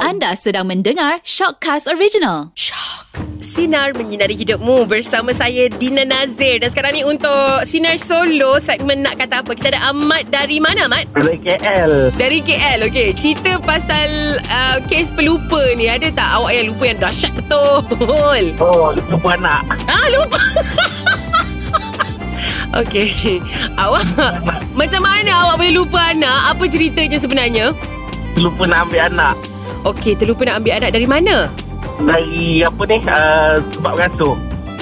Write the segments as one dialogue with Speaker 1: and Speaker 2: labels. Speaker 1: Anda sedang mendengar Shockcast Original.
Speaker 2: Sinar Menyinari Hidupmu bersama saya Dina Nazir dan sekarang ni untuk Sinar Solo segmen nak kata apa kita ada Ahmad dari mana Ahmad?
Speaker 3: Dari KL
Speaker 2: Dari KL okey cerita pasal uh, kes pelupa ni ada tak awak yang lupa yang dahsyat betul?
Speaker 3: Oh lupa anak
Speaker 2: Ah lupa. Okey, okey. Awak macam mana awak boleh lupa anak? Apa ceritanya sebenarnya?
Speaker 3: Lupa nak ambil anak
Speaker 2: Okey, terlupa nak ambil anak dari mana?
Speaker 3: Dari apa ni uh, Sebab rasuk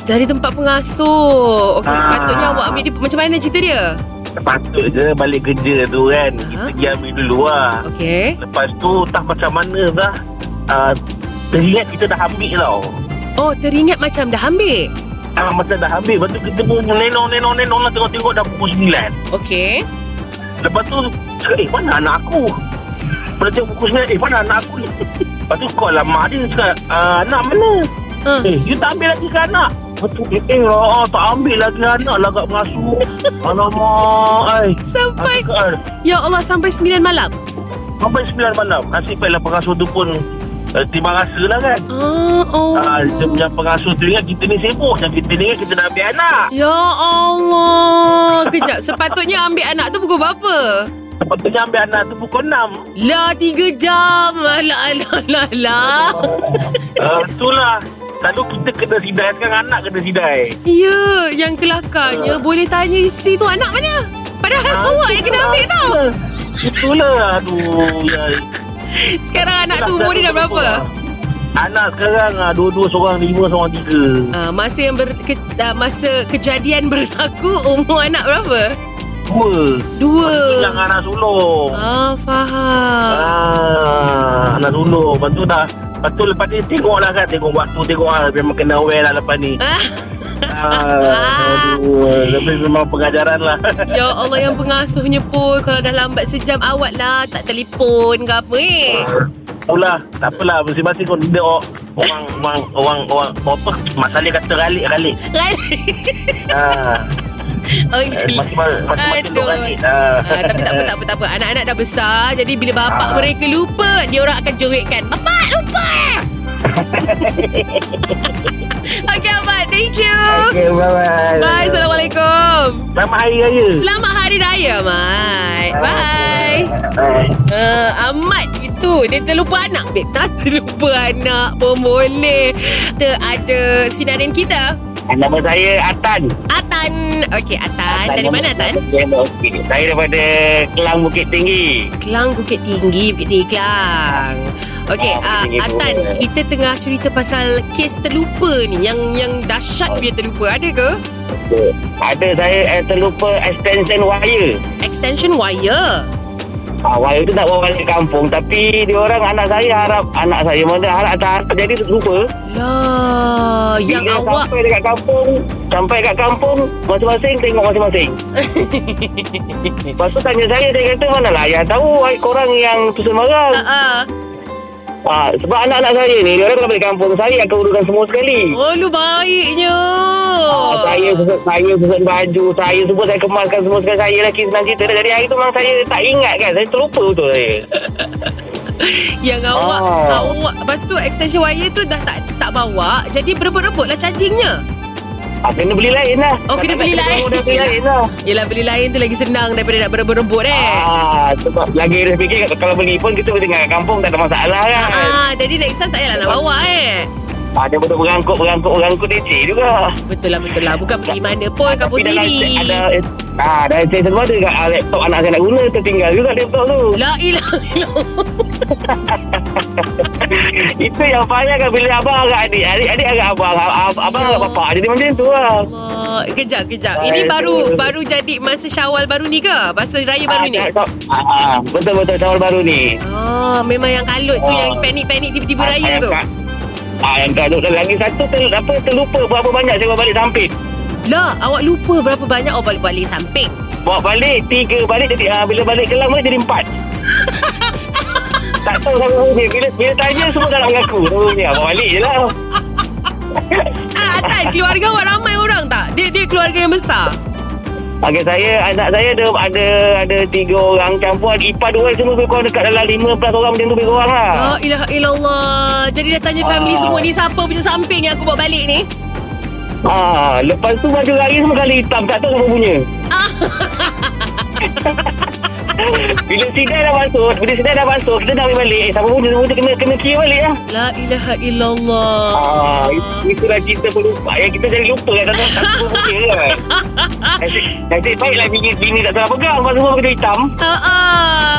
Speaker 2: Dari tempat pengasuh. Okey,
Speaker 3: Ah.
Speaker 2: sepatutnya awak ambil dia macam mana cerita dia?
Speaker 3: Patut je balik kerja tu kan Kita
Speaker 2: Aha.
Speaker 3: pergi ambil dulu lah
Speaker 2: Okey.
Speaker 3: Lepas tu tak macam mana dah uh, Teringat kita dah ambil tau
Speaker 2: Oh, teringat macam dah ambil.
Speaker 3: Ah, masa dah ambil Lepas tu kita pun lenong-lenong-lenong lah Tengok-tengok dah pukul 9
Speaker 2: Okey.
Speaker 3: Lepas tu cakap, Eh mana anak aku Lepas tu pukul 9 Eh mana anak aku ni Lepas tu call lah mak dia Cakap "Ah, Anak mana
Speaker 2: Ha.
Speaker 3: Eh you tak ambil lagi ke anak Lepas tu eh, eh lah, tak ambil lagi anak lah kat pengasuh Alamak ai.
Speaker 2: Sampai
Speaker 3: Aku cakap,
Speaker 2: ya Allah sampai 9 malam.
Speaker 3: Sampai 9 malam Nasib baiklah pengasuh tu pun uh, Timbang rasa lah kan
Speaker 2: Ah, oh.
Speaker 3: Ah, dia punya pengasuh tu ingat kita ni sibuk Dan kita ni ingat kita nak ambil anak
Speaker 2: Ya Allah. Kejap, sepatutnya ambil anak tu pukul berapa?
Speaker 3: Sepatutnya ambil anak tu pukul 6
Speaker 2: Lah tiga jam Alah alah alah alah
Speaker 3: uh, Itulah Lalu kita kena sidai Sekarang anak kena sidai
Speaker 2: Ya Yang kelakarnya Boleh tanya isteri tu Anak mana Padahal
Speaker 3: Ah,
Speaker 2: awak yang kena ambil tau
Speaker 3: Itulah. Itulah Aduh ya.
Speaker 2: Sekarang anak tu
Speaker 3: Itulah, lah.
Speaker 2: umur dia dah berapa
Speaker 3: Anak sekarang ah, Dua-dua seorang lima Seorang tiga
Speaker 2: uh, Masa yang ber, ke, uh, Masa kejadian berlaku Umur anak berapa
Speaker 3: Dua
Speaker 2: Dua
Speaker 3: Yang anak sulung
Speaker 2: Ah faham
Speaker 3: ah, Anak sulung Lepas tu dah Lepas tu lepas ni Tengok lah kan Tengok waktu Tengok lah Memang kena aware lah lepas ni
Speaker 2: ah.
Speaker 3: ah, Aduh Tapi memang pengajaran lah
Speaker 2: Ya Allah yang pengasuhnya pun Kalau dah lambat sejam Awak lah tak telefon ke apa eh
Speaker 3: Itulah Tak apalah Masing-masing kau dia orang Orang Orang Orang, orang, Apa Masalah kata ralik-ralik ah, Eh,
Speaker 2: Okay
Speaker 3: Masing-masing Masing-masing dia
Speaker 2: Aduh.
Speaker 3: ralik ah.
Speaker 2: Ah, tapi tak apa, tak apa, tak apa. Anak-anak dah besar. Jadi bila bapak
Speaker 3: Ah.
Speaker 2: mereka lupa, dia orang akan jeritkan. Bapak lupa! Okey, Abang. Thank you.
Speaker 3: Okay, bye-bye.
Speaker 2: Bye. Assalamualaikum.
Speaker 3: Selamat Hari Raya.
Speaker 2: Selamat Hari Raya, Mat. Bye.
Speaker 3: Bye.
Speaker 2: Uh, Ahmad itu Dia terlupa anak Babe tak terlupa anak Pun boleh Kita ada Sinarin kita
Speaker 3: Nama saya Atan.
Speaker 2: Atan Okey Atan Ah, Dari mana Atan?
Speaker 3: Saya daripada Kelang Bukit Tinggi.
Speaker 2: Kelang Bukit Tinggi Bukit Tinggi Kelang Okey,
Speaker 3: Ah, Bukit
Speaker 2: ah,
Speaker 3: Tinggi
Speaker 2: Atan,
Speaker 3: tu.
Speaker 2: kita tengah cerita pasal kes terlupa ni yang yang dahsyat punya terlupa. Ada ke?
Speaker 3: Ada saya eh, terlupa extension wire.
Speaker 2: Extension wire.
Speaker 3: Ah, wire tu nak bawa balik kampung tapi dia orang anak saya harap anak saya mana harap tak harap jadi lupa.
Speaker 2: Lah, yang
Speaker 3: Bila
Speaker 2: awak
Speaker 3: sampai dekat kampung, sampai dekat kampung masing-masing tengok masing-masing. Lepas tu tanya saya dia kata mana lah yang tahu ai, korang yang tu semarang.
Speaker 2: Ah, ah.
Speaker 3: Ha, sebab anak-anak saya ni, dia orang kalau balik kampung, saya akan uruskan semua sekali.
Speaker 2: Oh, lu baiknya.
Speaker 3: Ha, saya susun, saya susun baju, saya semua saya kemaskan semua sekali. Saya lelaki senang cerita. dah. Dari hari tu memang saya tak ingat kan. Saya terlupa betul saya.
Speaker 2: Yang awak
Speaker 3: Ah.
Speaker 2: awak lepas tu extension wire tu dah tak tak bawa. Jadi berebut-rebut lah chargingnya.
Speaker 3: Ha, kena beli lain lah.
Speaker 2: Oh, kena beli
Speaker 3: Tak
Speaker 2: lain. Eh.
Speaker 3: tahu dah beli lain lah.
Speaker 2: Yelah beli lain tu lagi senang daripada nak berebut-rebut eh.
Speaker 3: Ah, sebab lagi dia fikir kalau beli pun kita boleh tinggal kat kampung tak ada masalah kan.
Speaker 2: Ah, ah, jadi next time tak payahlah nak bawa eh.
Speaker 3: Ah, dia betul berangkut berangkut berangkut DC juga.
Speaker 2: Betul lah, betul lah. Bukan pergi mana pun, kampung
Speaker 3: Tapi dalam
Speaker 2: sendiri.
Speaker 3: set ada ah, dalam set semua ada kat ah, laptop anak saya nak guna tertinggal juga laptop tu.
Speaker 2: La ilah ilah.
Speaker 3: Itu yang payah kan bila abang agak adik. Adik-adik agak abang. Ab- ab- Abang agak bapak. Jadi macam tu lah.
Speaker 2: Allah. Kejap, kejap. Ini
Speaker 3: Aduh.
Speaker 2: baru baru jadi masa syawal baru ni ke? Masa raya baru ni?
Speaker 3: Ah, tak- ah, ah, Betul-betul tahun baru ni.
Speaker 2: Oh, memang yang kalut tu
Speaker 3: Ah.
Speaker 2: yang panik-panik tiba-tiba
Speaker 3: Ah,
Speaker 2: raya
Speaker 3: yang
Speaker 2: tu.
Speaker 3: kat- Ah, yang kadut lagi satu ter, apa terlupa berapa banyak saya bawa balik samping.
Speaker 2: Lah, awak lupa berapa banyak awak balik-balik samping.
Speaker 3: Bawa balik tiga balik jadi ah, bila balik kelam boleh jadi empat. tak tahu sama dia bila bila tanya semua tak nak mengaku. Sebenarnya bawa balik je lah.
Speaker 2: Ah, Atan, keluarga awak ramai orang tak? Dia dia keluarga yang besar.
Speaker 4: Okey saya anak saya ada ada ada tiga orang campuran ipar dua semua lebih kurang dekat dalam 15 orang macam tu lebih kurang lah.
Speaker 2: La ilaha illallah. Jadi dah tanya family
Speaker 4: Ah.
Speaker 2: semua ni siapa punya samping yang aku bawa balik ni?
Speaker 4: Ah, lepas tu baju raya semua kali hitam tak tahu apa punya. bila sidai dah masuk, bila sidai dah masuk, kita dah ambil balik. Eh, siapa punya semua tu kena kena kira balik lah.
Speaker 2: La ilaha illallah.
Speaker 4: Ah, itu- itulah kita pelupa yang kita jadi lupa kat dalam satu punya kan. Nasib, nasib baiklah bini, bini tak salah pegang pasal semua benda hitam.
Speaker 2: Ah, ah.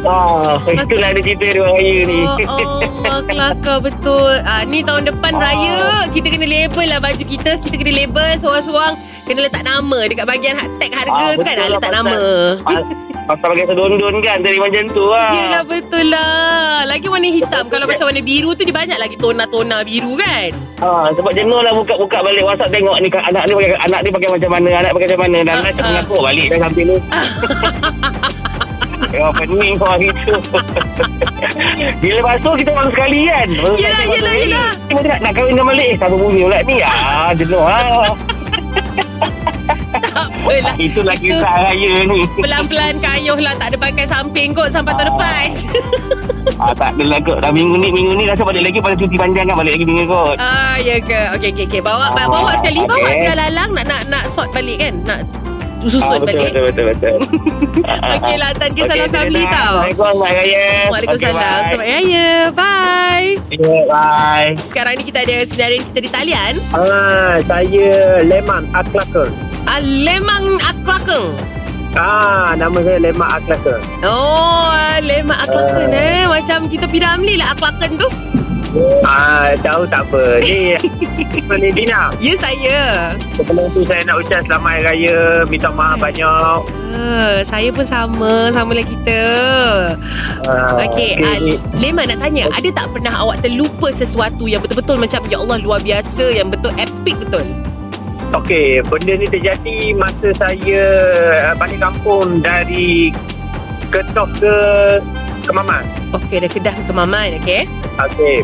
Speaker 4: Ah, itulah ada cerita dua raya ni.
Speaker 2: Ya Allah, kelakar betul. Ah, ni tahun depan
Speaker 4: Ah.
Speaker 2: raya, kita kena label lah baju kita. Kita kena label seorang-seorang. Kena letak nama dekat bahagian ha- tag harga tu kan.
Speaker 4: betul lah,
Speaker 2: Ah, letak
Speaker 4: pasal-
Speaker 2: nama.
Speaker 4: pas- Pasal pakai sedondon kan Dari macam tu lah
Speaker 2: Yelah betul lah Lagi warna hitam Kalau macam warna biru tu Dia banyak lagi tona-tona biru kan
Speaker 4: ha, Sebab jenuh lah buka-buka balik WhatsApp Tengok ni kan, anak ni pakai anak ni pakai macam mana Anak pakai macam mana Dan
Speaker 2: Ah,
Speaker 4: nak
Speaker 2: ah.
Speaker 4: mengaku balik dah sampai ni Ya pening kau hari tu Bila masuk kita malu sekali kan Baru
Speaker 2: Yelah,
Speaker 4: masuk-
Speaker 2: yelah,
Speaker 4: masuk-
Speaker 2: yelah.
Speaker 4: Eh, Macam nak, nak kahwin dengan Malik Eh siapa bunyi pula ni Ah jenuh lah
Speaker 2: Tak apalah
Speaker 4: Itulah
Speaker 2: Itu
Speaker 4: kisah raya ni
Speaker 2: Pelan-pelan kayuh lah Tak ada pakai samping kot Sampai tahun
Speaker 4: Ah.
Speaker 2: depan
Speaker 4: ah, Tak adalah kot Dah minggu ni Minggu ni rasa balik lagi Pada cuti panjang kan Balik lagi minggu kot
Speaker 2: Ah ya ke Okey okey okey Bawa
Speaker 4: Ah,
Speaker 2: bawa sekali Bawa
Speaker 4: okey.
Speaker 2: je lalang Nak nak nak sort balik kan Nak susun
Speaker 4: Ah, betul,
Speaker 2: balik
Speaker 4: betul, betul, betul.
Speaker 2: Okey lah, Tan Ki, salam
Speaker 4: Okey,
Speaker 2: family
Speaker 4: dadah.
Speaker 2: tau.
Speaker 4: Assalamualaikum, Selamat Raya.
Speaker 2: Waalaikumsalam
Speaker 4: Okey,
Speaker 2: Selamat Raya Bye
Speaker 4: bye. Ya, bye.
Speaker 2: Sekarang ni kita ada Senarian kita di talian
Speaker 3: Ah, saya Leman Aklaka.
Speaker 2: ah, Lemang Aklakeng
Speaker 3: Ah, nama saya Leman Aklaka.
Speaker 2: Oh ah, Lemang Aklakeng
Speaker 3: Ah.
Speaker 2: eh Macam cerita Piramli lah Aklakeng tu
Speaker 3: Ah, tahu tak apa. Ni Puan Dina.
Speaker 2: Ya saya
Speaker 3: Sebelum tu saya nak ucap selamat Hari raya, minta maaf banyak.
Speaker 2: Ah, Saya pun sama Samalah kita
Speaker 3: Ah,
Speaker 2: Okey, okay. Lema nak tanya, ada tak pernah awak terlupa sesuatu yang betul-betul macam ya Allah luar biasa, yang betul epic betul?
Speaker 3: Okey, benda ni terjadi masa saya ah, balik kampung dari Ketok ke Kemaman.
Speaker 2: Okey, dah Kedah ke Kemaman, okey?
Speaker 3: Okey.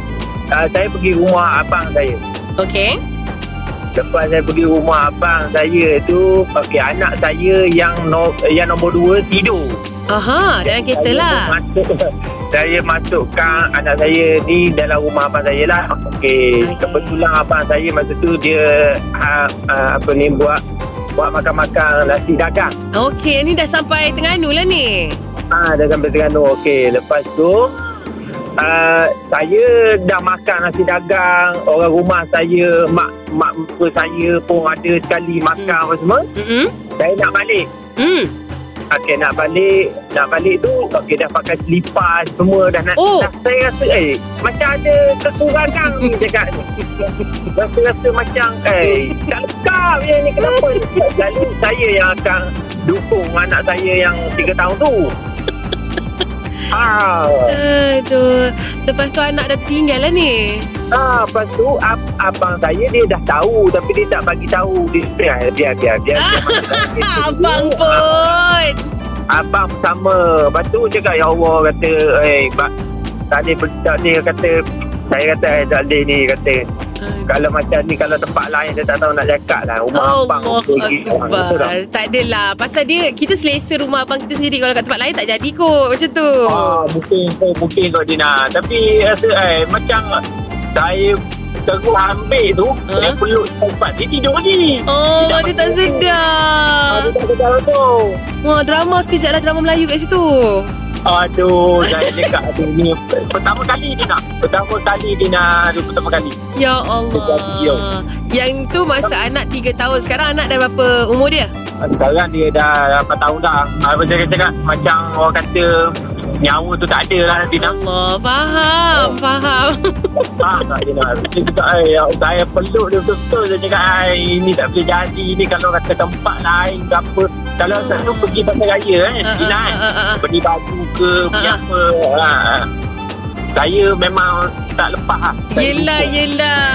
Speaker 3: Ah, saya pergi rumah abang saya.
Speaker 2: Okey.
Speaker 3: Lepas saya pergi rumah abang saya tu, okey anak saya yang no, yang nombor dua tidur.
Speaker 2: Aha, dalam kereta
Speaker 3: Saya
Speaker 2: lah.
Speaker 3: Masuk, saya masukkan anak saya ni dalam rumah abang saya lah. Okey,
Speaker 2: Okey.
Speaker 3: kebetulan abang saya masa tu dia ha, ha, apa ni buat buat makan-makan nasi dagang.
Speaker 2: Okey, ni dah sampai Terengganu lah ni.
Speaker 3: Ah, ha, dagang Terengganu. Okey, lepas tu Uh, saya dah makan nasi dagang orang rumah saya mak mak mertua saya pun ada sekali makan apa semua
Speaker 2: Mm-mm.
Speaker 3: saya nak balik
Speaker 2: Mm.
Speaker 3: Okey nak balik Nak balik tu Okey dah pakai selipas Semua dah nak
Speaker 2: Oh.
Speaker 3: dah, Saya rasa eh Macam ada kekurangan ni Cakap ni Rasa-rasa macam Eh tak lengkap je ni Kenapa ni Jadi saya yang akan Dukung anak saya yang 3 tahun tu Ah,
Speaker 2: Aduh, lepas tu anak dah tertinggal lah ni.
Speaker 3: ah, lepas tu ab, abang saya dia dah tahu tapi dia tak bagi tahu dia biar biar biar biar. biar
Speaker 2: Ha, abang pun.
Speaker 3: Abang sama Lepas tu cakap Ya Allah kata Eh bak, Tak boleh per- Tak boleh kata Saya kata eh, Tak boleh ni kata Kalau macam ni Kalau tempat lain Saya tak tahu nak cakap lah Rumah abang
Speaker 2: Allah
Speaker 3: pergi, ah, betul tak?
Speaker 2: Akbar. Tak adalah. Pasal dia, kita selesa rumah abang kita sendiri. Kalau kat tempat lain tak jadi kot. Macam tu.
Speaker 3: Ah, mungkin kau mungkin kau Dina. Tapi rasa eh macam saya terus ambil tu,
Speaker 2: Ha?
Speaker 3: saya peluk tempat dia tidur ni.
Speaker 2: Oh,
Speaker 3: Tidak
Speaker 2: dia tak
Speaker 3: mampu. Ah, dia
Speaker 2: sedap.
Speaker 3: tak sedar tu.
Speaker 2: Wah, drama sekejap lah drama Melayu kat situ.
Speaker 3: Aduh, saya cakap tu ni pertama kali Dina. Pertama kali Dina, tu pertama kali.
Speaker 2: Ya
Speaker 3: Dia
Speaker 2: Allah. Yang tu masa anak 3 tahun. Sekarang anak dah berapa umur dia?
Speaker 3: Sekarang dia dah 8 tahun dah Apa saya cakap Macam orang kata Nyawa tu tak ada lah Dina
Speaker 2: Allah, faham,
Speaker 3: Oh.
Speaker 2: faham.
Speaker 3: Faham lah. tak Dina Dia cakap "Ai, Saya peluk dia betul-betul Dia cakap "Ai, Ini tak boleh jadi Ini kalau kata tempat lain ke apa Kalau
Speaker 2: Hmm.
Speaker 3: tak tu pergi pasal raya eh,
Speaker 2: Ah,
Speaker 3: Dina
Speaker 2: ah,
Speaker 3: eh
Speaker 2: ah, ah, ah.
Speaker 3: Beli baju ke Beli
Speaker 2: Ah, ah.
Speaker 3: apa ha. Saya memang tak lepas lah Saya
Speaker 2: Yelah,
Speaker 3: lupa.
Speaker 2: yelah.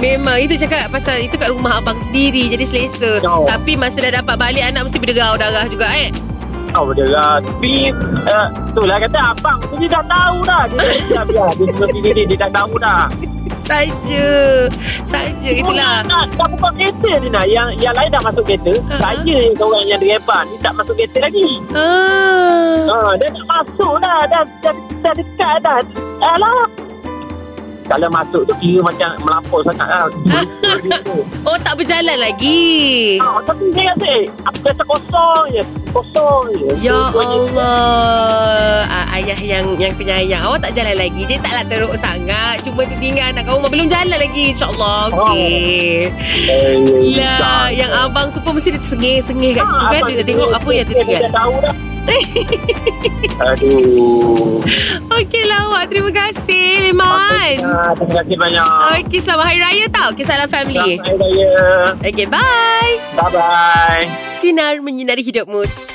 Speaker 2: Memang itu cakap pasal itu kat rumah abang sendiri jadi selesa.
Speaker 3: Ya.
Speaker 2: Tapi masa dah dapat balik anak mesti berderau darah juga eh.
Speaker 3: tahu dia lah Tapi eh, lah uh, Itulah kata abang tu dia dah tahu dah Dia dah dia, dia, dia, dia, dia, dia dah tahu dah
Speaker 2: Saja. Saja itulah.
Speaker 3: Nak, dah buka kereta ni nak. Yang, yang lain dah masuk kereta.
Speaker 2: Ha.
Speaker 3: Saya yang seorang yang direpan. Ni tak masuk kereta lagi.
Speaker 2: Ah.
Speaker 3: Ha, dia nak masuk dah. Dah, dah, dah dekat dah. Alah. Kalau masuk tu kira macam melapor sangat lah. Betul dia tu.
Speaker 2: Oh tak berjalan lagi.
Speaker 3: Ha, tapi saya kata, eh, apa kata kosong je. Kosong je.
Speaker 2: Ya
Speaker 3: Dua-duanya
Speaker 2: Allah ah, Ayah yang yang penyayang Awak tak jalan lagi Dia taklah teruk sangat Cuma tertinggal anak kamu Belum jalan lagi InsyaAllah Okey
Speaker 3: Eh,
Speaker 2: Lah Yang abang tu pun Mesti dia tersengih-sengih
Speaker 3: Ah,
Speaker 2: kat situ kan Dia tak tengok apa yang
Speaker 3: Ha, Dia
Speaker 2: tertinggal
Speaker 3: dah tahu dah. Aduh.
Speaker 2: Okey lah awak Terima kasih Leman
Speaker 3: Ah, terima kasih banyak.
Speaker 2: Okey selamat Hari Raya tau Okey salam family
Speaker 3: Selamat Hari Raya.
Speaker 2: Okey bye
Speaker 3: Bye-bye.
Speaker 2: Sinar menyinari hidupmu